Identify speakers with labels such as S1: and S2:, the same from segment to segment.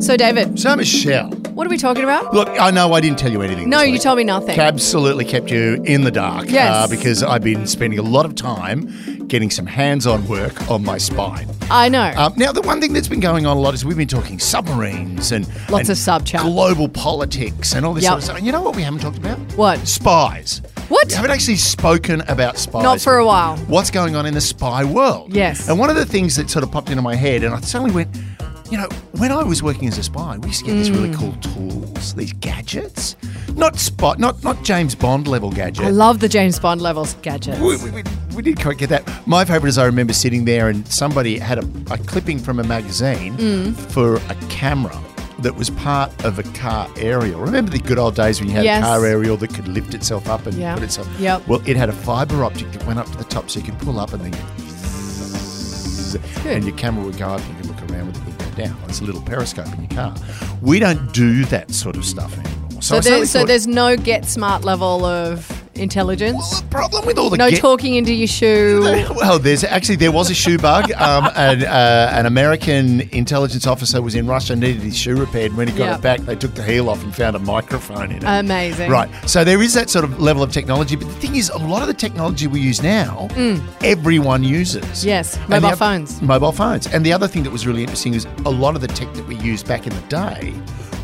S1: So, David,
S2: So, Michelle,
S1: what are we talking about?
S2: look, I know I didn't tell you anything.
S1: No,
S2: this
S1: you
S2: week.
S1: told me nothing.
S2: Absolutely kept you in the dark. uh,
S1: Yes.
S2: because I've been spending a lot of time getting some hands on work on my spine.
S1: I know.
S2: Um, now, the one thing that's been going on a lot is we've been talking submarines and
S1: Lots
S2: and
S1: of sub chat.
S2: global politics, and all this
S1: Yep.
S2: sort of stuff. And you know what we haven't talked about?
S1: What?
S2: Spies.
S1: What?
S2: We haven't actually spoken about spies.
S1: Not for a while.
S2: What's going on in the spy world?
S1: Yes.
S2: And one of the things that sort of popped into my head, and I suddenly went, you know, when I was working as a spy, we used to get these
S1: Mm.
S2: really cool tools, these gadgets. Not spot, not not James Bond level gadgets.
S1: I love the James Bond levels gadgets.
S2: We, we, we, we did quite get that. My favourite is I remember sitting there and somebody had a, a clipping from a magazine
S1: Mm.
S2: for a camera that was part of a car aerial. Remember the good old days when you had
S1: Yes.
S2: a car aerial that could lift itself up and
S1: Yeah.
S2: put itself?
S1: Yep.
S2: Well, it had a fibre optic that went up to the top so you could pull up and then and your camera would go up and you could look around with it would go down. It's a little periscope in your car. We don't do that sort of stuff anymore. So,
S1: so,
S2: I suddenly
S1: there, so
S2: thought,
S1: there's no get smart level of
S2: well,
S1: intelligence.
S2: the problem with all the
S1: No
S2: get-
S1: talking into your shoe.
S2: Well, there's actually there was a shoe bug. Um, an, uh, an American intelligence officer was in Russia and needed his shoe repaired. And when he got
S1: Yep.
S2: it back, they took the heel off and found a microphone in it.
S1: Amazing.
S2: Right. So there is that sort of level of technology. But the thing is, a lot of the technology we use now, everyone uses.
S1: Mm. Yes,
S2: And
S1: mobile
S2: the oth-
S1: phones.
S2: Mobile phones. And the other thing that was really interesting is a lot of the tech that we used back in the day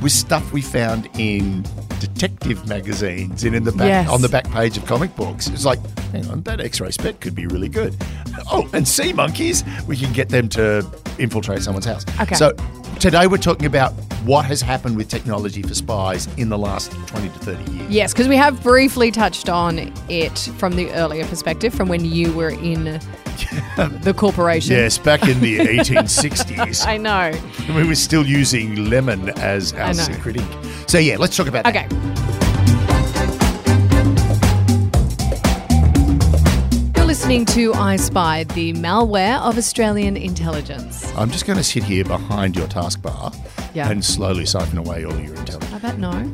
S2: was stuff we found in detective magazines and in the back
S1: Yes.
S2: on the back page of comic books. It's like, hang on, that X-ray spec could be really good. Oh, and sea monkeys, we can get them to infiltrate someone's house.
S1: Okay.
S2: So today we're talking about what has happened with technology for spies in the last 20 to 30 years.
S1: Yes, because we have briefly touched on it from the earlier perspective, from when you were in the corporation.
S2: Yes, back in the 1860s,
S1: I know.
S2: we were still using lemon as
S1: I
S2: our
S1: know.
S2: secret ink. So yeah, let's talk about that.
S1: Okay. You're listening to I Spy, the malware of Australian intelligence.
S2: I'm just going to sit here behind your taskbar
S1: Yeah.
S2: and slowly siphon away all your intelligence.
S1: I bet no.
S2: Uh,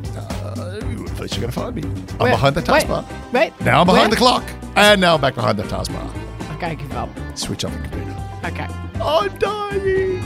S2: first, you're going to find me. I'm
S1: Where-
S2: behind the
S1: wait,
S2: taskbar.
S1: Wait.
S2: Now I'm behind the
S1: Where?
S2: clock. And now I'm back behind the taskbar.
S1: Okay, I give up.
S2: Switch off the computer.
S1: Okay.
S2: I'm dying.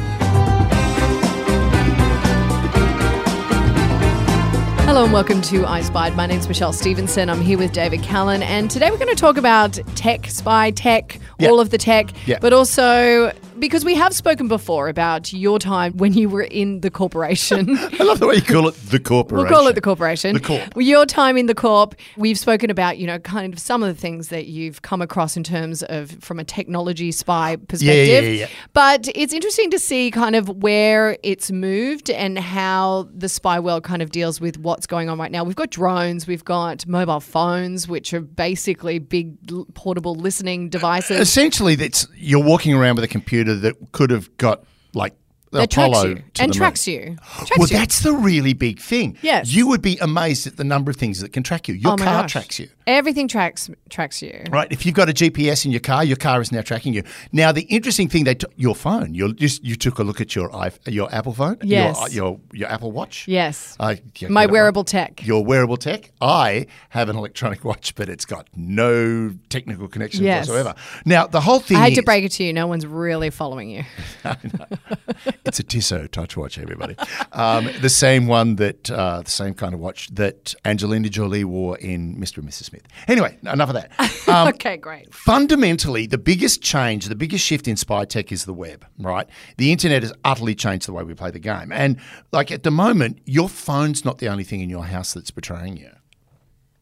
S1: Hello and welcome to I Spied. My name's Michelle Stevenson. I'm here with David Callan, and today we're going to talk about tech, spy tech,
S2: Yeah.
S1: all of the tech,
S2: Yeah.
S1: but also because we have spoken before about your time when you were in the corporation.
S2: I love the way you call it the corporation.
S1: We'll call it the corporation.
S2: The corp.
S1: Well, Your time in the corp, we've spoken about, you know, kind of some of the things that you've come across in terms of from a technology spy perspective.
S2: yeah, yeah.
S1: But it's interesting to see kind of where it's moved and how the spy world kind of deals with what's going on right now. We've got drones, we've got mobile phones, which are basically big l- portable listening devices.
S2: Essentially, that's you're walking around with a computer that could have got like
S1: That tracks
S2: Apollo
S1: you
S2: to
S1: and
S2: the moon.
S1: tracks you. Tracks
S2: well,
S1: you.
S2: that's the really big thing.
S1: Yes.
S2: You would be amazed at the number of things that can track you. Your
S1: Oh my
S2: car
S1: gosh.
S2: tracks you.
S1: Everything tracks tracks you.
S2: Right, if you've got a GPS in your car, your car is now tracking you. Now, the interesting thing they t- your phone, you just you took a look at your i your Apple phone,
S1: Yes.
S2: your uh, your, your Apple Watch,
S1: Yes.
S2: I-
S1: My
S2: yeah, get it right.
S1: wearable tech.
S2: your wearable tech. I have an electronic watch, but it's got no technical connection
S1: Yes.
S2: whatsoever. Now, the whole thing
S1: I had to
S2: is-
S1: break it to you. No one's really following you.
S2: It's a Tissot touch watch, everybody. um, the same one that, uh, the same kind of watch that Angelina Jolie wore in Mr. and Mrs. Smith. Anyway, enough of that. Um,
S1: okay, great.
S2: fundamentally, the biggest change, the biggest shift in spy tech is the web, right? The internet has utterly changed the way we play the game. And like at the moment, your phone's not the only thing in your house that's betraying you.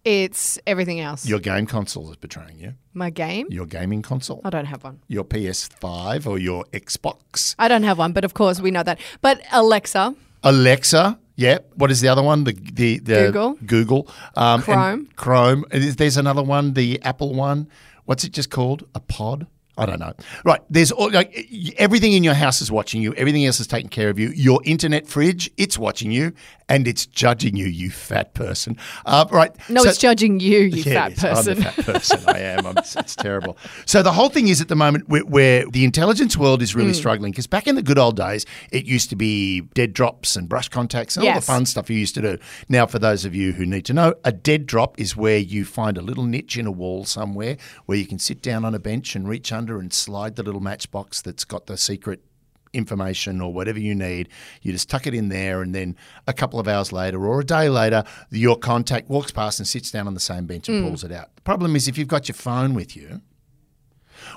S1: It's everything else.
S2: Your game console is betraying you.
S1: My game?
S2: Your gaming console,
S1: I don't have one.
S2: your PS5 or your Xbox.
S1: I don't have one, but of course we know that. But Alexa,
S2: Alexa. Yep. What is the other one? The the, the
S1: Google.
S2: Google. Um, and
S1: Chrome.
S2: Chrome. And is- There's another one. The Apple one. What's it just called? A pod. I don't know. Right. There's all, like everything in your house is watching you. Everything else is taking care of you. Your internet fridge, it's watching you, and it's judging you. You fat person. Uh, right.
S1: no,
S2: So-
S1: it's judging you, you
S2: yeah,
S1: fat
S2: it is.
S1: person.
S2: I'm the fat person. I am. I'm, it's, it's terrible. So the whole thing is at the moment where, where the intelligence world is
S1: Hmm.
S2: really struggling because back in the good old days, it used to be dead drops and brush contacts and all
S1: Yes.
S2: the fun stuff you used to do. Now, for those of you who need to know, a dead drop is where you find a little niche in a wall somewhere where you can sit down on a bench and reach under and slide the little matchbox that's got the secret information or whatever you need. You just tuck it in there, and then a couple of hours later or a day later, your contact walks past and sits down on the same bench and pulls it out. The problem is if you've got your phone with you,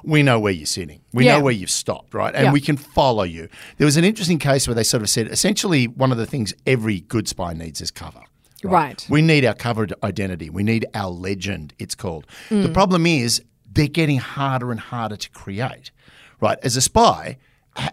S2: we know where you're sitting. We
S1: Yeah.
S2: know where you've stopped, right? And
S1: Yeah.
S2: we can follow you. There was an interesting case where they sort of said essentially one of the things every good spy needs is cover.
S1: Right.
S2: We need our covered identity. We need our legend, it's called. The problem is they're getting harder and harder to create, right? As a spy, uh,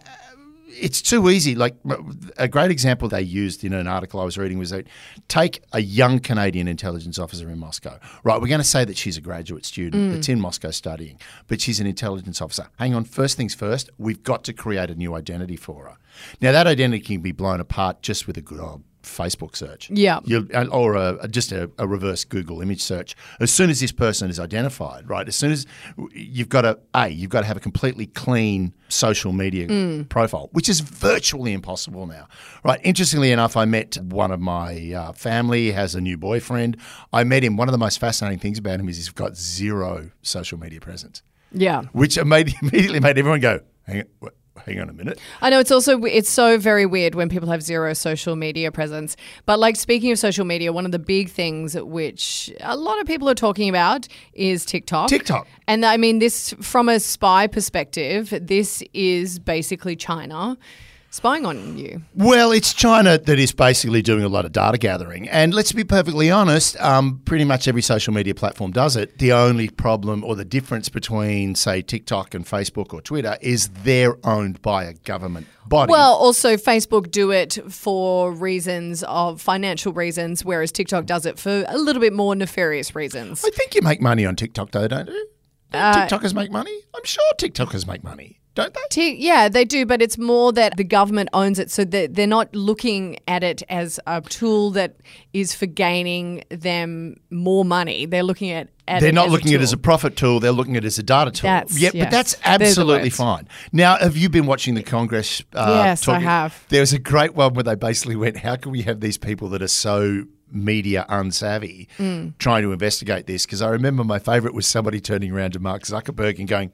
S2: it's too easy. Like m- a great example they used in an article I was reading was that take a young Canadian intelligence officer in Moscow. Right, we're going to say that she's a graduate student that's in Moscow studying, but she's an intelligence officer. Hang on, first things first, we've got to create a new identity for her. Now that identity can be blown apart just with a good old Facebook search.
S1: Yeah.
S2: You'll- and- or a, just a, a reverse Google image search. As soon as this person is identified, right? As soon as you've got to a, you've got to have a completely clean social media profile, which is virtually impossible now, right? Interestingly enough, I met one of my uh, family has a new boyfriend. I met him. One of the most fascinating things about him is he's got zero social media presence,
S1: Yeah.
S2: which made immediately made everyone go, hang, on- hang on a minute.
S1: I know it's also it's so very weird when people have zero social media presence. But like speaking of social media, one of the big things which a lot of people are talking about is TikTok.
S2: TikTok.
S1: And I mean this from a spy perspective, this is basically China spying on you.
S2: Well, it's China that is basically doing a lot of data gathering. And let's be perfectly honest, um, pretty much every social media platform does it. The only problem or the difference between, say, TikTok and Facebook or Twitter is they're owned by a government body.
S1: Well, also Facebook do it for reasons of financial reasons, whereas TikTok does it for a little bit more nefarious reasons.
S2: I think you make money on TikTok, though, don't you? Don't TikTokers make money? I'm sure TikTokers make money, don't they?
S1: uh, T- yeah, they do, but it's more that the government owns it, so that they're not looking at it as a tool that is for gaining them more money. They're looking at, at
S2: They're
S1: it
S2: not
S1: as
S2: looking
S1: a
S2: at it as a
S1: tool.
S2: profit tool. They're looking at it as a data tool.
S1: That's-
S2: yeah,
S1: yes.
S2: but that's
S1: They're the
S2: absolutely
S1: words.
S2: fine. Now, have you been watching the Congress? Uh,
S1: Yes, I have.
S2: There was a great one where they basically went, "How can we have these people that are so media unsavvy
S1: Mm.
S2: trying to investigate this?" Because I remember my favourite was somebody turning around to Mark Zuckerberg and going,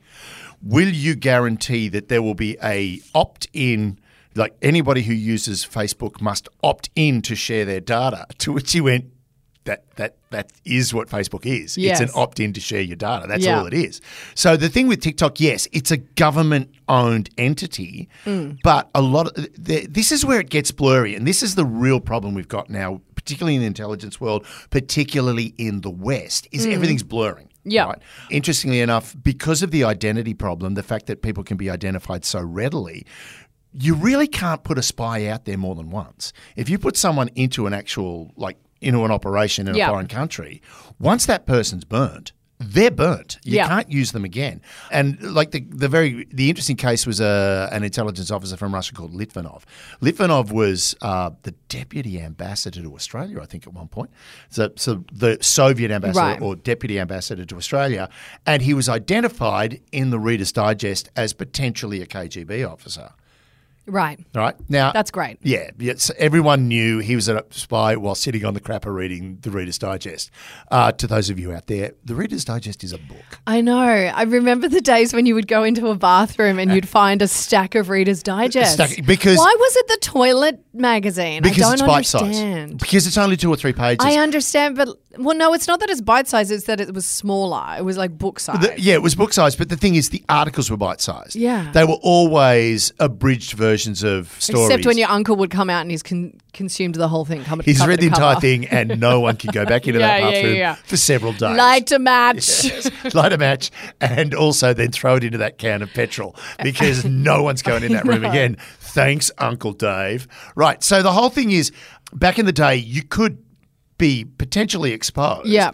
S2: "Will you guarantee that there will be a opt-in?" Like anybody who uses Facebook must opt in to share their data. To which he went, "That that that is what Facebook is.
S1: Yes.
S2: It's an opt in to share your data. That's
S1: Yeah.
S2: all it is. So the thing with TikTok, yes, it's a government-owned entity, but a lot of th- this is where it gets blurry, and this is the real problem we've got now, particularly in the intelligence world, particularly in the West, is everything's blurring.
S1: Mm. Yeah.
S2: Interestingly enough, because of the identity problem, the fact that people can be identified so readily, you really can't put a spy out there more than once. If you put someone into an actual like into an operation in
S1: Yeah.
S2: a foreign country, once that person's burnt, they're burnt. You
S1: Yeah.
S2: can't use them again. And like the, the very the interesting case was a, an intelligence officer from Russia called Litvinov. Litvinov was uh, the deputy ambassador to Australia, I think, at one point. So, so the Soviet ambassador
S1: Right.
S2: or deputy ambassador to Australia, and he was identified in the Reader's Digest as potentially a KGB officer.
S1: right.
S2: Right now,
S1: That's great.
S2: yeah, yes, everyone knew he was a spy while sitting on the crapper reading the Reader's Digest. Uh, to those of you out there, the Reader's Digest is a book.
S1: I know. I remember the days when you would go into a bathroom and you'd find a stack of Reader's Digest.
S2: stack- because-
S1: why was it the toilet magazine?
S2: Because
S1: I don't
S2: it's bite
S1: understand.
S2: size. Because it's only two or three pages.
S1: I understand, but well, no, it's not that it's bite size. It's that it was smaller. It was like book size.
S2: The- yeah, it was book size, but the thing is, the articles were bite sized.
S1: Yeah.
S2: They were always abridged versions of stories.
S1: Except when your uncle would come out and he's con- consumed the whole thing. Cover,
S2: He's
S1: cover
S2: read
S1: to
S2: the entire
S1: cover.
S2: thing, and no one can go back into that
S1: Yeah, yeah,
S2: bathroom
S1: yeah.
S2: for several days.
S1: Light to match.
S2: light a match, and also then throw it into that can of petrol because no one's going in that room again. Thanks, Uncle Dave. Right. So the whole thing is back in the day, you could be potentially exposed.
S1: Yeah.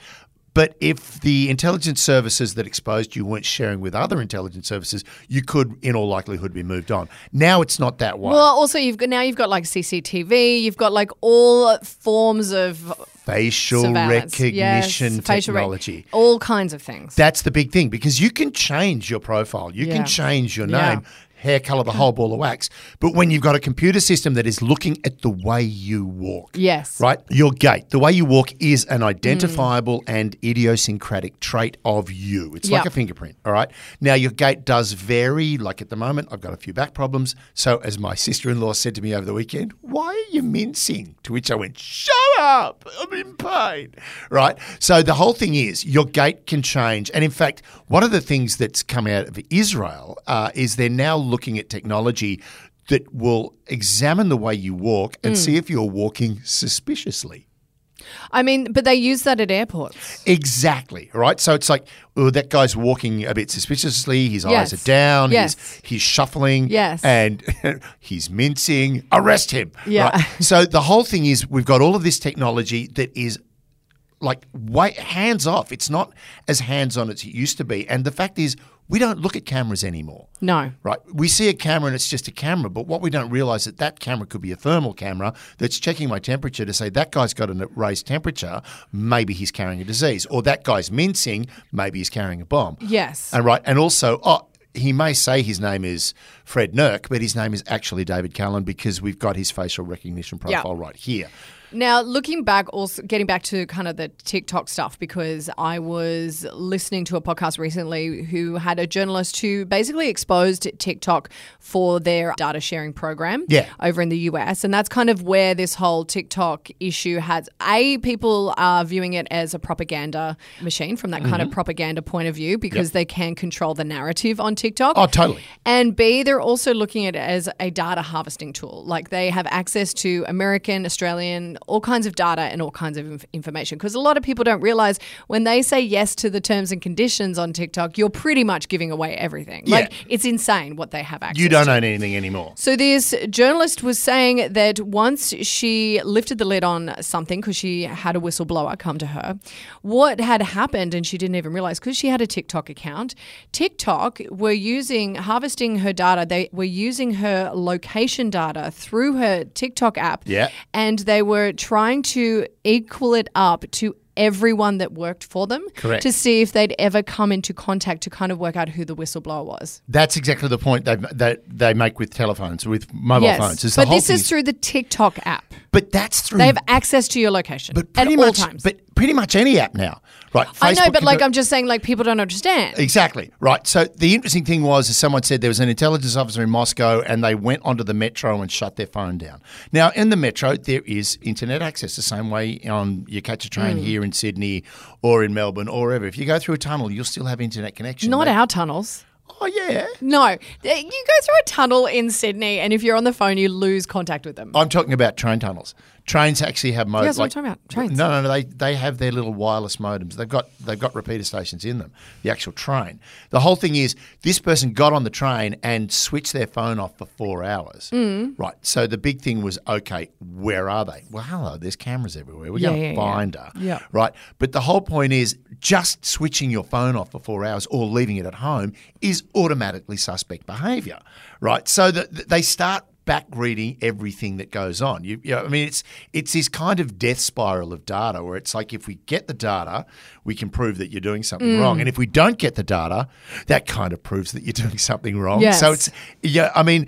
S2: But if the intelligence services that exposed you weren't sharing with other intelligence services, you could, in all likelihood, be moved on. Now it's not that way.
S1: Well, also you've got now you've got like CCTV. You've got like all forms of
S2: facial
S1: surveillance. Yes,
S2: recognition
S1: facial rec-
S2: technology.
S1: all kinds of things.
S2: That's the big thing because you can change your profile, you
S1: Yeah.
S2: can change your
S1: Yeah.
S2: name. hair color, the whole ball of wax. But when you've got a computer system that is looking at the way you walk,
S1: Yes. Mm.
S2: right? Your gait, the way you walk is an identifiable and idiosyncratic trait of you. It's like
S1: Yeah.
S2: a fingerprint, all right? Now, your gait does vary. Like at the moment, I've got a few back problems. So, as my sister in law said to me over the weekend, why are you mincing? To which I went, shut up, I'm in pain, right? So, the whole thing is your gait can change. And in fact, one of the things that's come out of Israel uh, is they're now looking at technology that will examine the way you walk and see if you're walking suspiciously.
S1: I mean, but they use that at airports.
S2: Exactly. all right. So it's like, oh, that guy's walking a bit suspiciously. His
S1: Yes.
S2: eyes are down.
S1: Yes.
S2: He's, he's shuffling.
S1: Yes.
S2: And he's mincing. Arrest him.
S1: Yeah.
S2: right? So the whole thing is we've got all of this technology that is like way hands off. It's not as hands on as it used to be. And the fact is, we don't look at cameras anymore.
S1: No.
S2: Right. We see a camera and it's just a camera, but what we don't realize that that camera could be a thermal camera that's checking my temperature to say that guy's got an raised temperature, maybe he's carrying a disease, or that guy's mincing, maybe he's carrying a bomb.
S1: Yes.
S2: And right, and also, oh, he may say his name is Fred Nurk, but his name is actually David Callan because we've got his facial recognition profile right here.
S1: Now, looking back, also getting back to kind of the TikTok stuff, because I was listening to a podcast recently who had a journalist who basically exposed TikTok for their data sharing program
S2: Yeah.
S1: over in the US. And that's kind of where this whole TikTok issue has A, people are viewing it as a propaganda machine from that
S2: Mm-hmm.
S1: kind of propaganda point of view because they can control the narrative on TikTok.
S2: Oh, totally.
S1: And B, they're also looking at it as a data harvesting tool. Like they have access to American, Australian, all kinds of data and all kinds of inf- information. Because a lot of people don't realize when they say yes to the terms and conditions on TikTok, you're pretty much giving away everything. Like it's insane what they have access
S2: You don't own anything anymore.
S1: so this journalist was saying that once she lifted the lid on something because she had a whistleblower come to her, what had happened and she didn't even realize because she had a TikTok account. TikTok were using harvesting her data. They were using her location data through her TikTok app.
S2: Yeah.
S1: And they were trying to equal it up to everyone that worked for them
S2: Correct.
S1: to see if they'd ever come into contact to kind of work out who the whistleblower was.
S2: That's exactly the point they that they make with telephones, with mobile phones. It's the
S1: but
S2: whole
S1: this
S2: thing
S1: is through the TikTok app.
S2: but that's through
S1: They have access to your location
S2: But
S1: at
S2: pretty
S1: all
S2: much,
S1: times.
S2: But pretty much any app now, right?
S1: I know,
S2: Facebook
S1: but
S2: can
S1: like
S2: do-
S1: I'm just saying, like people don't understand.
S2: Exactly right. So the interesting thing was, is someone said there was an intelligence officer in Moscow, and they went onto the metro and shut their phone down. Now in the metro there is internet access, the same way on you catch a
S1: Hmm.
S2: train here in Sydney or in Melbourne or wherever. If you go through a tunnel, you'll still have internet connection.
S1: Not
S2: They-
S1: our tunnels.
S2: oh yeah.
S1: No, Th- you go through a tunnel in Sydney, and if you're on the phone, you lose contact with them.
S2: I'm talking about train tunnels. Trains actually have modems.
S1: that's what I'm talking about, trains.
S2: No, no, no. They they have their little wireless modems. They've got they've got repeater stations in them. The actual train. The whole thing is this person got on the train and switched their phone off for four hours.
S1: Mm.
S2: Right. So the big thing was okay. Where are they? Well, hello. There's cameras everywhere. We're
S1: Yeah,
S2: going
S1: yeah,
S2: to
S1: yeah.
S2: find her.
S1: Yeah.
S2: Right. But the whole point is just switching your phone off for four hours or leaving it at home is automatically suspect behaviour. Right. So that that they start back reading everything that goes on. You, you know, I mean, it's it's this kind of death spiral of data where it's like if we get the data, we can prove that you're doing something
S1: Mm.
S2: wrong, and if we don't get the data, that kind of proves that you're doing something wrong.
S1: Yes.
S2: So it's yeah. I mean,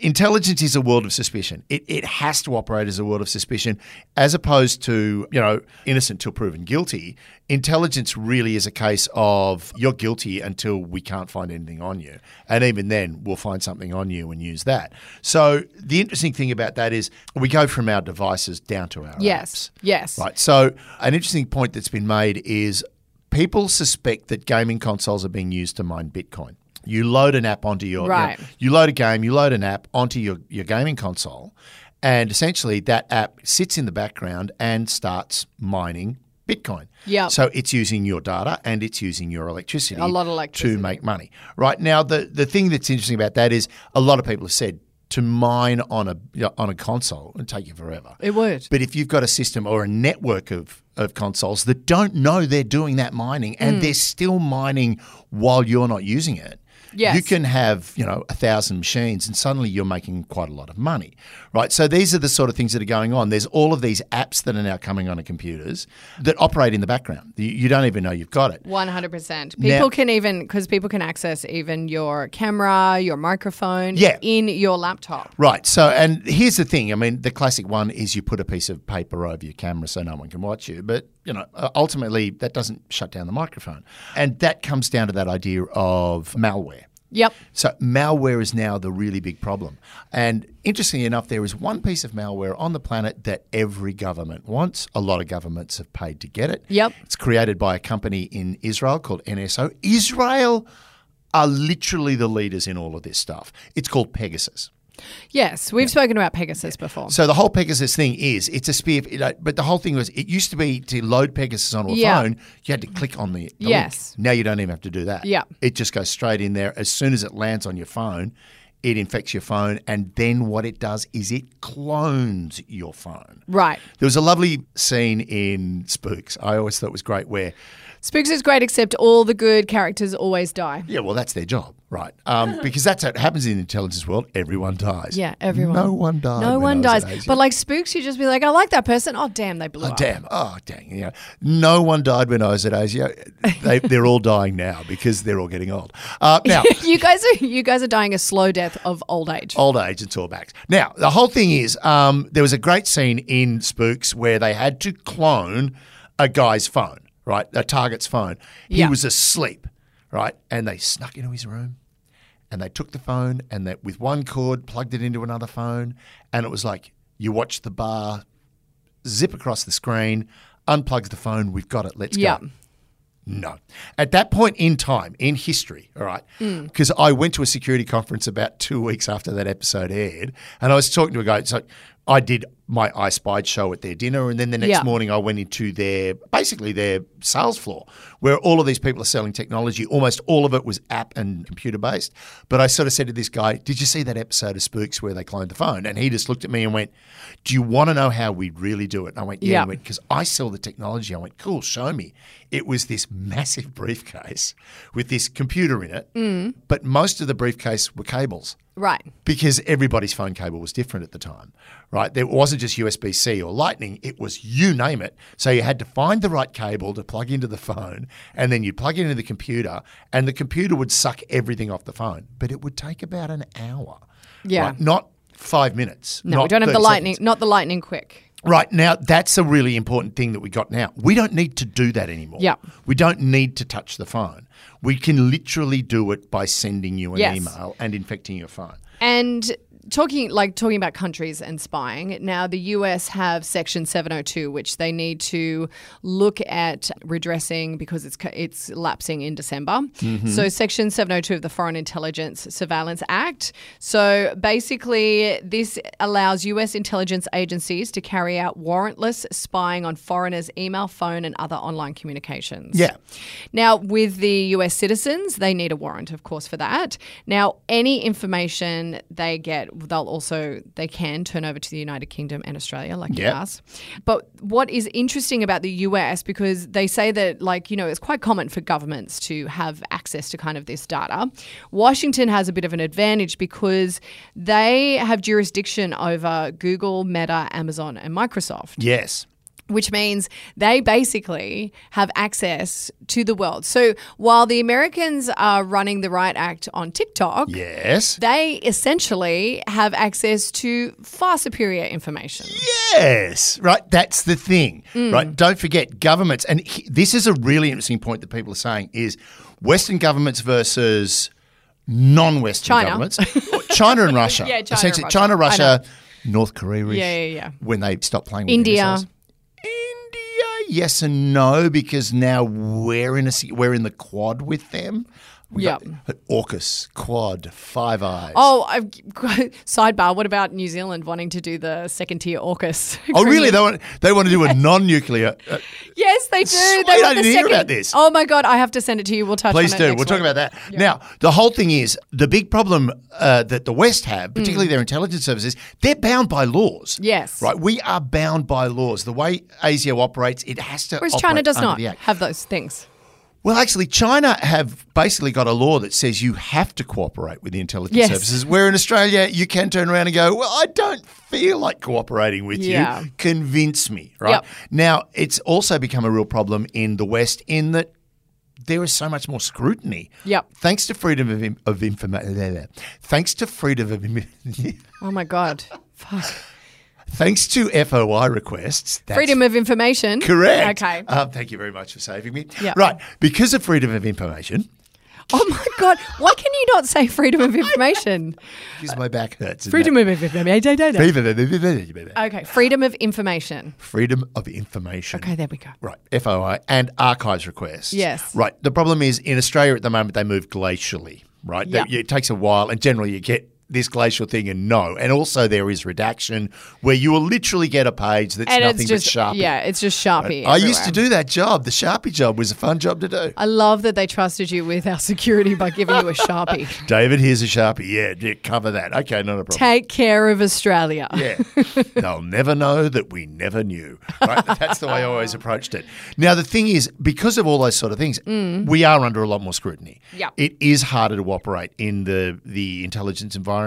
S2: intelligence is a world of suspicion. It, it has to operate as a world of suspicion, as opposed to you know innocent till proven guilty. Intelligence really is a case of you're guilty until we can't find anything on you, and even then we'll find something on you and use that. So the interesting thing about that is we go from our devices down to our
S1: Yes,
S2: apps.
S1: yes.
S2: Right. So, an interesting point that's been made is people suspect that gaming consoles are being used to mine Bitcoin. You load an app onto your
S1: Right.
S2: You, load a game, you load an app onto your, your gaming console, and essentially that app sits in the background and starts mining Bitcoin.
S1: Yep.
S2: So it's using your data and it's using your electricity.
S1: A lot of electricity.
S2: to make money. Right now, the the thing that's interesting about that is a lot of people have said to mine on a you know, on a console and take you forever.
S1: It would.
S2: But if you've got a system or a network of, of consoles that don't know they're doing that mining and they're still mining while you're not using it,
S1: Yes.
S2: You can have, you know, a thousand machines and suddenly you're making quite a lot of money, right? So these are the sort of things that are going on. There's all of these apps that are now coming onto computers that operate in the background. You- You don't even know you've got it.
S1: One hundred percent. People
S2: Now-
S1: can even because people can access even your camera, your microphone,
S2: Yeah.
S1: in your laptop.
S2: Right. So, and here's the thing. I mean, the classic one is you put a piece of paper over your camera so no one can watch you. But, you know, uh, ultimately that doesn't shut down the microphone. And that comes down to that idea of malware.
S1: Yep.
S2: So, malware is now the really big problem. And interestingly enough, there is one piece of malware on the planet that every government wants. A lot of governments have paid to get it.
S1: Yep.
S2: It's created by a company in Israel called NSO. Israel are literally the leaders in all of this stuff. It's called Pegasus.
S1: Yes, we've spoken about Pegasus before.
S2: So the whole Pegasus thing is it's a spear, you know, but the whole thing was it used to be to load Pegasus onto a
S1: Yeah.
S2: phone, you had to click on the, the link.
S1: Yes.
S2: Now you don't even have to do that.
S1: Yeah.
S2: it just goes straight in there. As soon as it lands on your phone, it infects your phone, and then what it does is it clones your phone.
S1: Right.
S2: There was a lovely scene in Spooks. I always thought was great where
S1: Spooks is great, except all the good characters always die.
S2: Yeah, well, that's their job, right? Um, because that's what happens in the intelligence world. Everyone dies.
S1: Yeah, everyone.
S2: No one dies.
S1: No one dies. But like Spooks, you just be like, I like that person. Oh, damn, they blew up.
S2: Damn! Oh, dang! Yeah, no one died when I was at Asia. They, they're all dying now because they're all getting old. Uh, now,
S1: you guys are you guys are dying a slow death of old age.
S2: old age and sawbacks. Now, the whole thing is um, there was a great scene in Spooks where they had to clone a guy's phone, right? A target's phone. He
S1: Yeah.
S2: was asleep, right? And they snuck into his room and they took the phone and they, with one cord plugged it into another phone. And it was like you watch the bar zip across the screen, unplugs the phone, we've got it, let's
S1: Yeah.
S2: go. No. At that point in time, in history, all right, because I went to a security conference about two weeks after that episode aired, and I was talking to a guy. It's like, I did my I Spied show at their dinner, and then the next
S1: Yeah.
S2: morning I went into their basically their sales floor where all of these people are selling technology. Almost all of it was app and computer based. But I sort of said to this guy, Did you see that episode of Spooks where they cloned the phone? And he just looked at me and went, Do you want to know how we really do it? And I went, Yeah.
S1: Yeah.
S2: And he went, because I sell the technology. I went, cool, show me. It was this massive briefcase with this computer in it,
S1: Mm.
S2: but most of the briefcase were cables
S1: Right.
S2: because everybody's phone cable was different at the time, right? There wasn't just USB C or Lightning, it was you name it. So you had to find the right cable to plug into the phone, and then you plug it into the computer, and the computer would suck everything off the phone, but it would take about an hour.
S1: Yeah.
S2: right? Not five minutes.
S1: No,
S2: not
S1: we don't have
S2: 30
S1: the
S2: seconds.
S1: lightning not the lightning quick.
S2: Right now, that's a really important thing that we got now. We don't need to do that anymore.
S1: Yeah.
S2: We don't need to touch the phone. We can literally do it by sending you an
S1: Yes.
S2: email and infecting your phone.
S1: And talking like talking about countries and spying, now the US have section 702 which they need to look at redressing because it's co- it's lapsing in December. So section 702 of the Foreign Intelligence Surveillance Act. So basically this allows US intelligence agencies to carry out warrantless spying on foreigners' email, phone and other online communications.
S2: Yeah.
S1: Now, with the US citizens, they need a warrant, of course, for that. Now, any information they get, they'll also they can turn over to the United Kingdom and Australia, like
S2: Yep.
S1: you asked. But what is interesting about the US because they say that, like you know, it's quite common for governments to have access to kind of this data. Washington has a bit of an advantage because they have jurisdiction over Google, Meta, Amazon, and Microsoft
S2: Yes.
S1: which means they basically have access to the world. So while the Americans are running the Right Act on TikTok,
S2: Yes.
S1: they essentially have access to far superior information.
S2: Yes. Right. That's the thing.
S1: Mm.
S2: Right. Don't forget governments. And he- this is a really interesting point that people are saying is Western governments versus non-Western
S1: China.
S2: governments. China and Russia.
S1: Yeah, China and
S2: Essentially,
S1: Russia.
S2: China,
S1: I
S2: Russia, North Korea.
S1: Yeah, yeah, yeah.
S2: When they stop playing with
S1: India.
S2: missiles. India, yes and no, because now we're in a se- we're in the quad with them. We got AUKUS, Quad, Five Eyes.
S1: Oh, I've, sidebar. What about New Zealand wanting to do the second tier AUKUS?
S2: Oh, really? They want they want to do a non-nuclear. uh,
S1: Yes, they do.
S2: Sweet,
S1: they
S2: I
S1: want the
S2: didn't hear
S1: second-
S2: about this.
S1: Oh my god, I have to send it to you. We'll touch.
S2: Please
S1: on it
S2: do.
S1: next
S2: We'll talk
S1: week.
S2: about that. Now, the whole thing is the big problem uh, that the West
S1: Mm.
S2: have, particularly their intelligence services, they're bound by laws.
S1: Yes.
S2: Right? We are bound by laws. The way ASIO operates, it has to.
S1: Whereas
S2: operate
S1: China does
S2: under
S1: not
S2: the Act.
S1: have those things.
S2: Well, actually, China have basically got a law that says you have to cooperate with the intelligence
S1: Yes.
S2: services. Where in Australia, you can turn around and go, "Well, I don't feel like cooperating with
S1: Yeah.
S2: you. Convince me." Right
S1: Yep.
S2: now, it's also become a real problem in the West in that there is so much more scrutiny.
S1: Yep.
S2: Thanks to freedom of, in- of information. Thanks to freedom of. im-
S1: Oh my God. Fuck.
S2: thanks to FOI requests. That's
S1: Freedom of information.
S2: Correct.
S1: Okay.
S2: Um, thank you very much for saving me.
S1: Yeah.
S2: Right. Because of freedom of information,
S1: Oh my God. Why can you not say freedom of information?
S2: because my back hurts. isn't
S1: freedom
S2: it?
S1: of information.
S2: Freedom.
S1: Okay. Freedom of information.
S2: Freedom of information.
S1: Okay. There we go.
S2: Right. FOI and archives requests.
S1: Yes.
S2: Right. The problem is in Australia at the moment, they move glacially, right? They-
S1: Yeah.
S2: It takes a while, and generally you get. This glacial thing and no, and also there is redaction where you will literally get a page that's
S1: And
S2: nothing
S1: it's just,
S2: but sharpie.
S1: yeah, it's just Sharpie.
S2: I used
S1: everywhere.
S2: to
S1: Uh,
S2: do that job. The sharpie job was a fun job to do.
S1: I love that they trusted you with our security by giving you a Sharpie.
S2: David, here's a sharpie. Yeah, yeah, cover that. Okay, not a problem.
S1: Take care of Australia.
S2: Yeah. They'll never know that we never knew. Right? That's the way I always approached it. Now, the thing is, because of all those sort of things, we are under a lot more scrutiny.
S1: Mm. Yeah.
S2: It is harder to operate in the, the intelligence environment.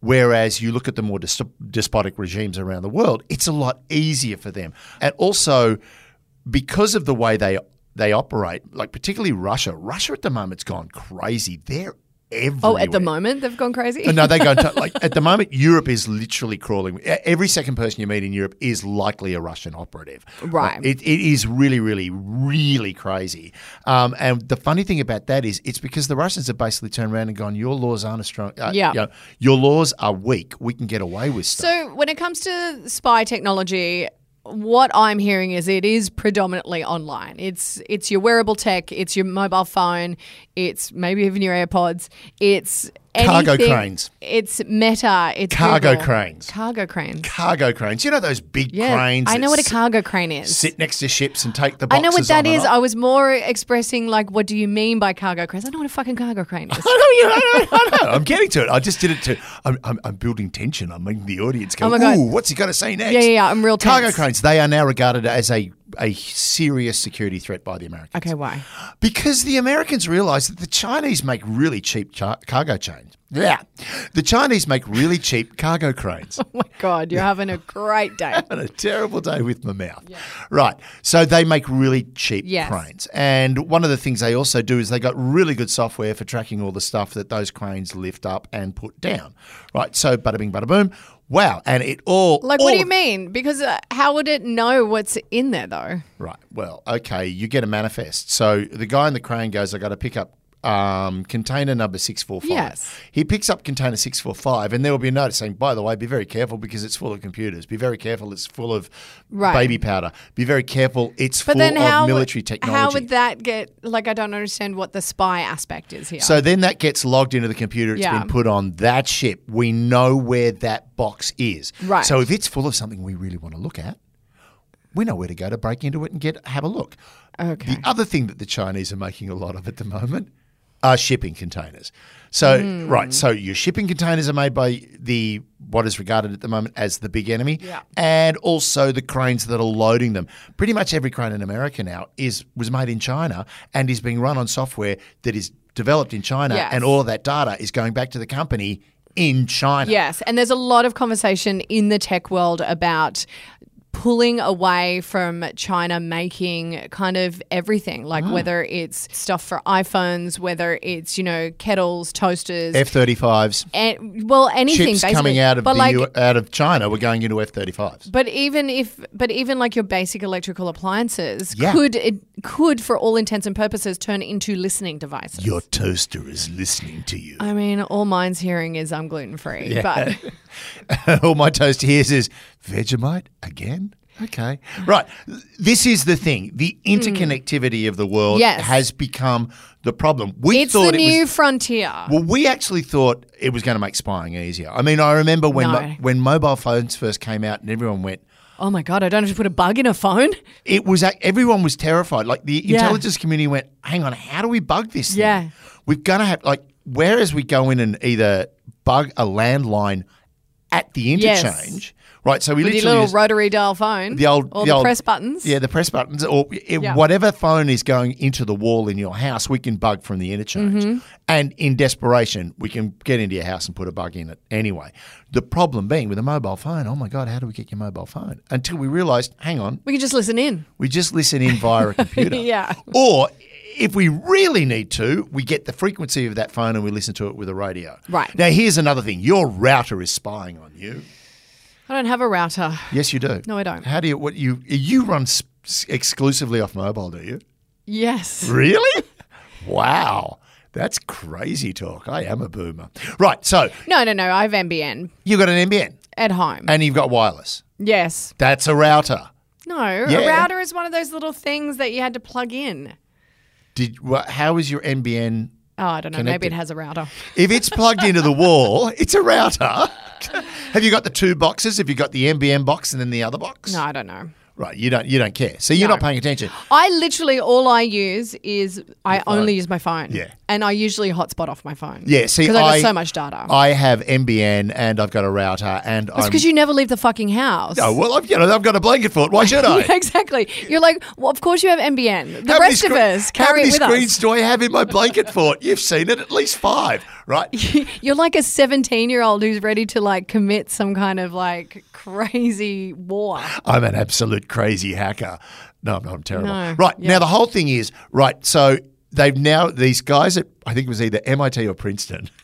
S2: Whereas you look at the more dis- despotic regimes around the world, it's a lot easier for them. And also, because of the way they they operate, like particularly Russia, Russia at the moment's gone crazy. They're everywhere.
S1: Oh, at the moment they've gone crazy.
S2: Oh, no, they go to, like at the moment. Europe is literally crawling. E- Every second person you meet in Europe is likely a Russian operative.
S1: Right.
S2: Like, It, it is really, really, really crazy. Um, and the funny thing about that is, it's because the Russians have basically turned around and gone, "Your laws aren't as strong. Uh,
S1: Yeah.
S2: you know, your laws are weak. We can get away with stuff."
S1: So, when it comes to spy technology, what I'm hearing is it is predominantly online. It's it's your wearable tech, it's your mobile phone, it's maybe even your AirPods, it's
S2: Cargo
S1: anything-
S2: cranes.
S1: It's Meta, it's
S2: Cargo
S1: Google.
S2: cranes.
S1: Cargo cranes.
S2: Cargo cranes. You know those big
S1: Yeah,
S2: cranes.
S1: I
S2: that
S1: know what a
S2: sit-
S1: cargo crane is.
S2: Sit next to ships and take the
S1: I
S2: boxes.
S1: know what that
S2: on and
S1: is.
S2: off.
S1: I was more expressing like, what do you mean by cargo cranes? I know what a fucking cargo crane is.
S2: I know, you- I know, I know. I'm getting to it. I just did it to. I'm, I'm, I'm building tension. I'm making the audience go,
S1: Oh my God.
S2: ooh, what's he going to say next?
S1: Yeah, yeah, yeah. I'm real
S2: Cargo
S1: tense.
S2: cranes, they are now regarded as a, a serious security threat by the Americans.
S1: okay, why?
S2: Because the Americans realize that the Chinese make really cheap cha- cargo chains. Yeah. The Chinese make really cheap cargo cranes.
S1: Oh my god, you're having a great day.
S2: Had a terrible day with my mouth. Right. So they make really cheap
S1: Yes.
S2: cranes. And one of the things they also do is they got really good software for tracking all the stuff that those cranes lift up and put down. Right. So bada bing, bada boom. Wow. And it all.
S1: Like, what
S2: all
S1: do you mean? Because uh, how would it know what's in there though?
S2: Right. Well, okay. You get a manifest. So the guy in the crane goes, I got to pick up. Um, container number 645.
S1: Yes.
S2: He picks up container 645, and there will be a notice saying, by the way, be very careful because it's full of computers. Be very careful, it's full of
S1: Right.
S2: baby powder. Be very careful, it's
S1: But
S2: full
S1: then
S2: of
S1: how
S2: military technology.
S1: How would that get? Like, I don't understand what the spy aspect is here.
S2: So then that gets logged into the computer. It's
S1: Yeah.
S2: been put on that ship. We know where that box is.
S1: Right.
S2: So if it's full of something we really want to look at, we know where to go to break into it and get have a look.
S1: Okay.
S2: The other thing that the Chinese are making a lot of at the moment are shipping containers. So right,
S1: Hmm.
S2: so your shipping containers are made by the what is regarded at the moment as the big enemy,
S1: Yeah.
S2: and also the cranes that are loading them. Pretty much every crane in America now is was made in China and is being run on software that is developed in China,
S1: Yes.
S2: and all of that data is going back to the company in China.
S1: yes, and there's a lot of conversation in the tech world about pulling away from China making kind of everything, like
S2: Ah.
S1: whether it's stuff for iPhones, whether it's you know kettles, toasters,
S2: F thirty fives.
S1: and well anything
S2: Chips
S1: basically.
S2: coming out of
S1: but
S2: the
S1: like
S2: U- out of China were going into F thirty fives.
S1: But even if, but even like your basic electrical appliances,
S2: Yeah.
S1: could it could, for all intents and purposes, turn into listening devices?
S2: Your toaster is listening to you.
S1: I mean, all mine's hearing is I'm gluten free, but
S2: All my toast hears is Vegemite again. Okay. Right. This is the thing. The interconnectivity of the world
S1: Yes.
S2: has become the problem. We
S1: it's the
S2: thought it
S1: new
S2: was
S1: frontier.
S2: well, we actually thought it was going to make spying easier. I mean, I remember when
S1: No.
S2: mo- when mobile phones first came out, and everyone went,
S1: Oh my god, I don't have to put a bug in a phone.
S2: it was ac- everyone was terrified. Like the
S1: Yeah.
S2: intelligence community went, hang on, how do we bug this? thing?
S1: Yeah.
S2: we've got to have like whereas we go in and either bug a landline at the
S1: Yes.
S2: interchange, right? So we
S1: With your
S2: literally
S1: little
S2: just-
S1: rotary dial phone.
S2: the old
S1: or
S2: the
S1: the,
S2: old-
S1: press buttons.
S2: Yeah, the press buttons or i-
S1: Yeah.
S2: whatever phone is going into the wall in your house, we can bug from the interchange.
S1: Mm-hmm.
S2: And in desperation, we can get into your house and put a bug in it anyway. The problem being with a mobile phone, oh my god, how do we get your mobile phone? Until we realized, hang on,
S1: We can just listen in.
S2: we just listen in via a computer.
S1: Yeah.
S2: Or if we really need to, we get the frequency of that phone and we listen to it with a radio.
S1: Right.
S2: Now here's another thing. Your router is spying on you.
S1: I don't have a router.
S2: Yes, you do.
S1: No, I don't.
S2: How do you? What you? You run s- s- exclusively off mobile, do you?
S1: Yes.
S2: Really? wow, that's crazy talk. I am a boomer. Right. So
S1: No, no, no. I have NBN
S2: you've got an NBN
S1: at home.
S2: and you've got wireless.
S1: yes.
S2: That's a router.
S1: No,
S2: Yeah.
S1: a router is one of those little things that you had to plug in.
S2: Did wha how is your NBN?
S1: Oh, I don't know. Maybe
S2: Connected.
S1: it has a router.
S2: If it's plugged into the wall, it's a router. Have you got the two boxes? Have you got the NBN box and then the other box?
S1: No, I don't know.
S2: Right. You don't. You don't care. So you're
S1: No.
S2: not paying attention.
S1: I literally all I use is I only use my phone.
S2: Yeah.
S1: And I usually hotspot off my phone.
S2: Yeah, see,
S1: because I
S2: I-
S1: got so much data.
S2: I have NBN and I've got a router and
S1: it's
S2: I'm
S1: because you never leave the fucking house.
S2: Oh well, I've got I've got a blanket for it. Why should I?
S1: Yeah, exactly. You're like, well, of course you have MBN. The
S2: How many
S1: rest
S2: scre-
S1: of us
S2: How
S1: carry
S2: many
S1: it with
S2: screens do I have in my blanket for it? You've seen it, at least five, right?
S1: us. You're like a 17 year old who's ready to like commit some kind of like crazy war.
S2: I'm an absolute crazy hacker. No, I'm not. I'm terrible.
S1: No,
S2: right
S1: yeah.
S2: now, the whole thing is right. So they've now these guys at I think it was either MIT or Princeton.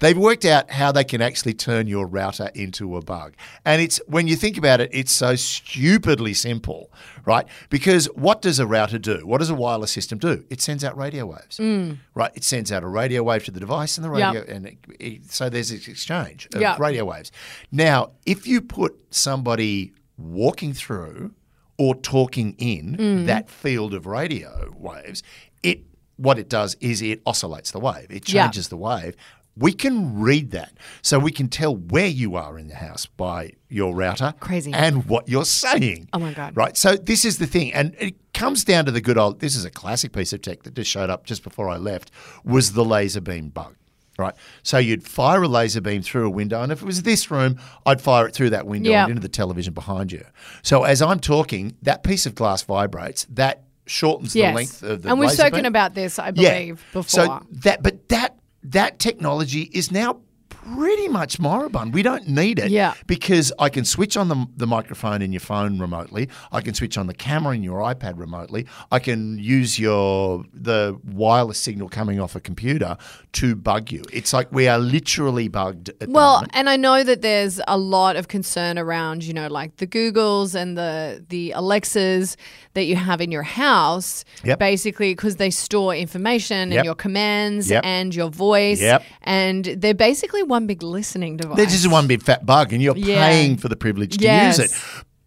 S2: They've worked out how they can actually turn your router into a bug. And it's when you think about it, it's so stupidly simple, right? Because what does a router do? What does a wireless system do? It sends out radio waves,
S1: Mm.
S2: right? It sends out a radio wave to the device, and the
S1: Yeah.
S2: radio, and it, it- so there's this exchange of
S1: Yeah.
S2: radio waves. Now, if you put somebody walking through or talking in
S1: Mm.
S2: that field of radio waves, it what it does is it oscillates the wave. It
S1: Yeah.
S2: changes the wave. We can read that. So we can tell where you are in the house by your router.
S1: Crazy.
S2: And what you're saying.
S1: Oh my God.
S2: Right. So this is the thing, and it comes down to the good old. This is a classic piece of tech that just showed up just before I left. Was the laser beam bug? Right. So you'd fire a laser beam through a window, and if it was this room, I'd fire it through that window
S1: Yeah.
S2: and into the television behind you. So as I'm talking, that piece of glass vibrates. That shortens
S1: Yes.
S2: the length of the.
S1: and we've
S2: laser
S1: spoken
S2: beam.
S1: about this, I believe, before.
S2: So that, but that that technology is now pretty much moribund. We don't need it.
S1: Yeah.
S2: Because I can switch on the, the microphone in your phone remotely. I can switch on the camera in your iPad remotely. I can use your the wireless signal coming off a computer to bug you. It's like we are literally bugged. At the
S1: Well,
S2: moment.
S1: and I know that there's a lot of concern around, you know, like the Googles and the the Alexas that you have in your house,
S2: Yep.
S1: basically because they store information
S2: Yep.
S1: and your commands
S2: Yep.
S1: and your voice,
S2: Yep.
S1: and they're basically one big listening device.
S2: They're just one big fat bug, and you're
S1: Yeah.
S2: paying for the privilege to
S1: Yes.
S2: use it.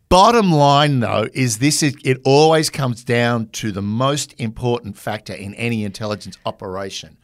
S2: Bottom line, though, is this is, it always comes down to the most important factor in any intelligence operation.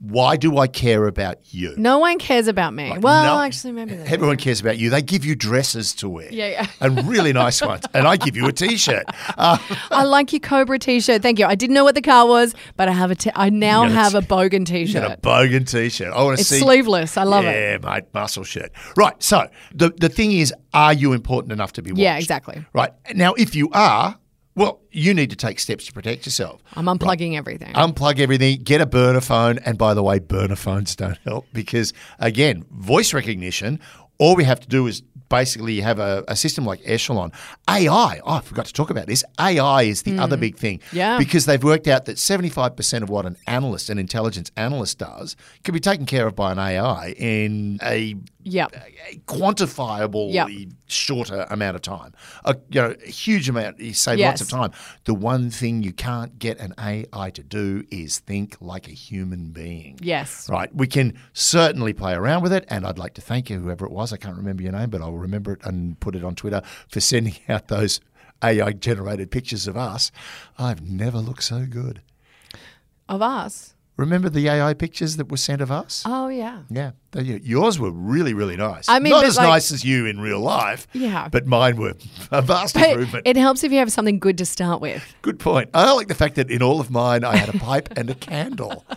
S2: Why do I care about you?
S1: no one cares about me. well,
S2: no-
S1: actually, maybe they
S2: Everyone cares about you. They give you dresses to wear.
S1: Yeah, yeah.
S2: And really nice ones. And I give you a t shirt.
S1: I like your Cobra T-shirt. Thank you. I didn't know what the car was, but I have a. T- I now
S2: Yeah, that's-
S1: have a Bogan T-shirt.
S2: and a bogan t shirt. I want to
S1: it's
S2: see.
S1: sleeveless. I love
S2: yeah,
S1: it.
S2: mate, muscle shirt. Right. So the, the thing is, are you important enough to be watched?
S1: Yeah, exactly.
S2: Right. Now, if you are, well, you need to take steps to protect yourself.
S1: I'm unplugging everything.
S2: Unplug everything, get a burner phone. And by the way, burner phones don't help because, again, voice recognition, all we have to do is basically have a, a system like Echelon. AI, oh, I forgot to talk about this. AI is the other big thing.
S1: Yeah.
S2: Because they've worked out that 75% of what an analyst, an intelligence analyst does, can be taken care of by an AI in a
S1: yep.
S2: a quantifiably
S1: Yep.
S2: shorter amount of time. A, you know, a huge amount, you save
S1: Yes.
S2: lots of time. The one thing you can't get an AI to do is think like a human being.
S1: Yes.
S2: Right. We can certainly play around with it. And I'd like to thank you, whoever it was. I can't remember your name, but I'll remember it and put it on Twitter for sending out those AI generated pictures of us. I've never looked so good.
S1: Of us.
S2: Remember the AI pictures that were sent of us?
S1: Oh yeah.
S2: Yeah, they- y- yours were really, really nice.
S1: I mean,
S2: not
S1: but
S2: as
S1: like-
S2: nice as you in real life.
S1: Yeah.
S2: but mine were a vast
S1: But
S2: improvement.
S1: It helps if you have something good to start with.
S2: Good point. I like the fact that in all of mine, I had a pipe and a candle.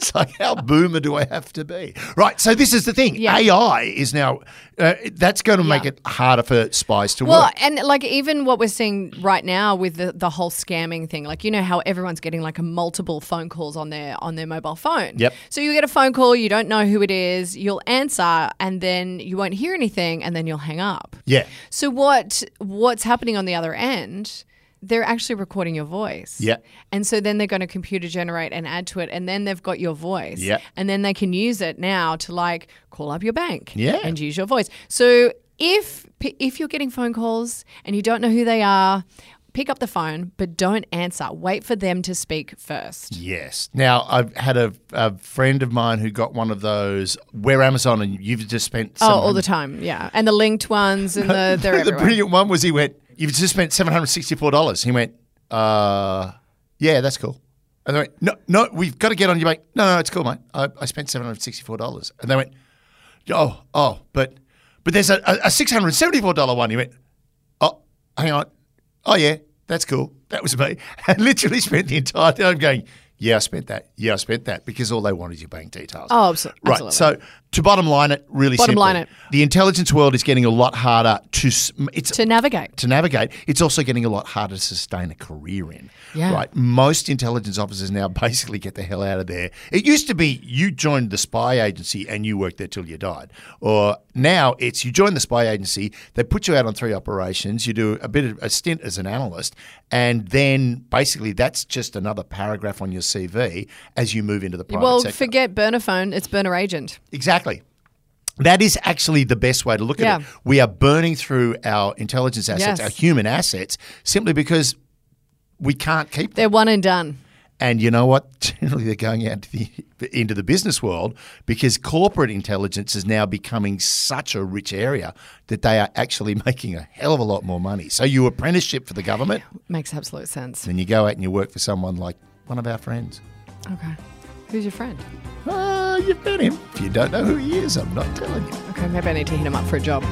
S2: It's like, how boomer do I have to be? Right. So this is the thing.
S1: Yeah.
S2: AI is now, uh, that's going to make it harder for spies to
S1: Well,
S2: work.
S1: and like even what we're seeing right now with the, the whole scamming thing, like you know how everyone's getting like a multiple phone calls on their on their mobile phone.
S2: Yep.
S1: So you get a phone call, you don't know who it is, you'll answer, and then you won't hear anything, and then you'll hang up.
S2: Yeah.
S1: So what what's happening on the other end? They're actually recording your voice.
S2: Yeah.
S1: And so then they're going to computer generate and add to it, and then they've got your voice.
S2: Yeah.
S1: And then they can use it now to like call up your bank.
S2: Yeah.
S1: And use your voice. So if if you're getting phone calls and you don't know who they are, pick up the phone, but don't answer. Wait for them to speak first.
S2: Yes. Now, I've had a, a friend of mine who got one of those, where Amazon, and you've just spent
S1: Oh,
S2: some
S1: all the time. Yeah. And the linked ones and the they're
S2: the
S1: everywhere.
S2: brilliant one was he went, You've just spent seven hundred sixty four dollars. He went, uh yeah, that's cool. And they went, No, no, we've got to get on your bank. No, no, it's cool, mate. I, I spent seven hundred sixty four dollars. And they went, Oh, oh, but but there's a, a, a six hundred and seventy four dollar one. He went, Oh, hang on. Oh yeah, that's cool. That was me. And literally spent the entire time going, Yeah, I spent that. Yeah, I spent that because all they wanted is your bank details.
S1: Oh, abso- absolutely.
S2: Right. So to bottom line it, really
S1: Bottom
S2: simply,
S1: line it.
S2: the intelligence world is getting a lot harder to. s- It's
S1: to navigate.
S2: to navigate, it's also getting a lot harder to sustain a career in.
S1: Yeah.
S2: Right. Most intelligence officers now basically get the hell out of there. It used to be you joined the spy agency and you worked there till you died. Or now it's you join the spy agency, they put you out on three operations, you do a bit of a stint as an analyst, and then basically that's just another paragraph on your CV as you move into the private
S1: Well,
S2: sector.
S1: forget burner phone, it's burner agent.
S2: Exactly. That is actually the best way to look at
S1: Yeah.
S2: it. We are burning through our intelligence
S1: Yes.
S2: assets, our human assets, simply because we can't keep them.
S1: They're one and done.
S2: And you know what? Generally, they're going out to the, into the business world because corporate intelligence is now becoming such a rich area that they are actually making a hell of a lot more money. So you apprenticeship for the government,
S1: Makes absolute sense.
S2: then you go out and you work for someone like one of our friends.
S1: Okay. Who's your friend?
S2: Ah, you've met him. If you don't know who he is, I'm not telling you.
S1: Okay, maybe I need to hit him up for a job.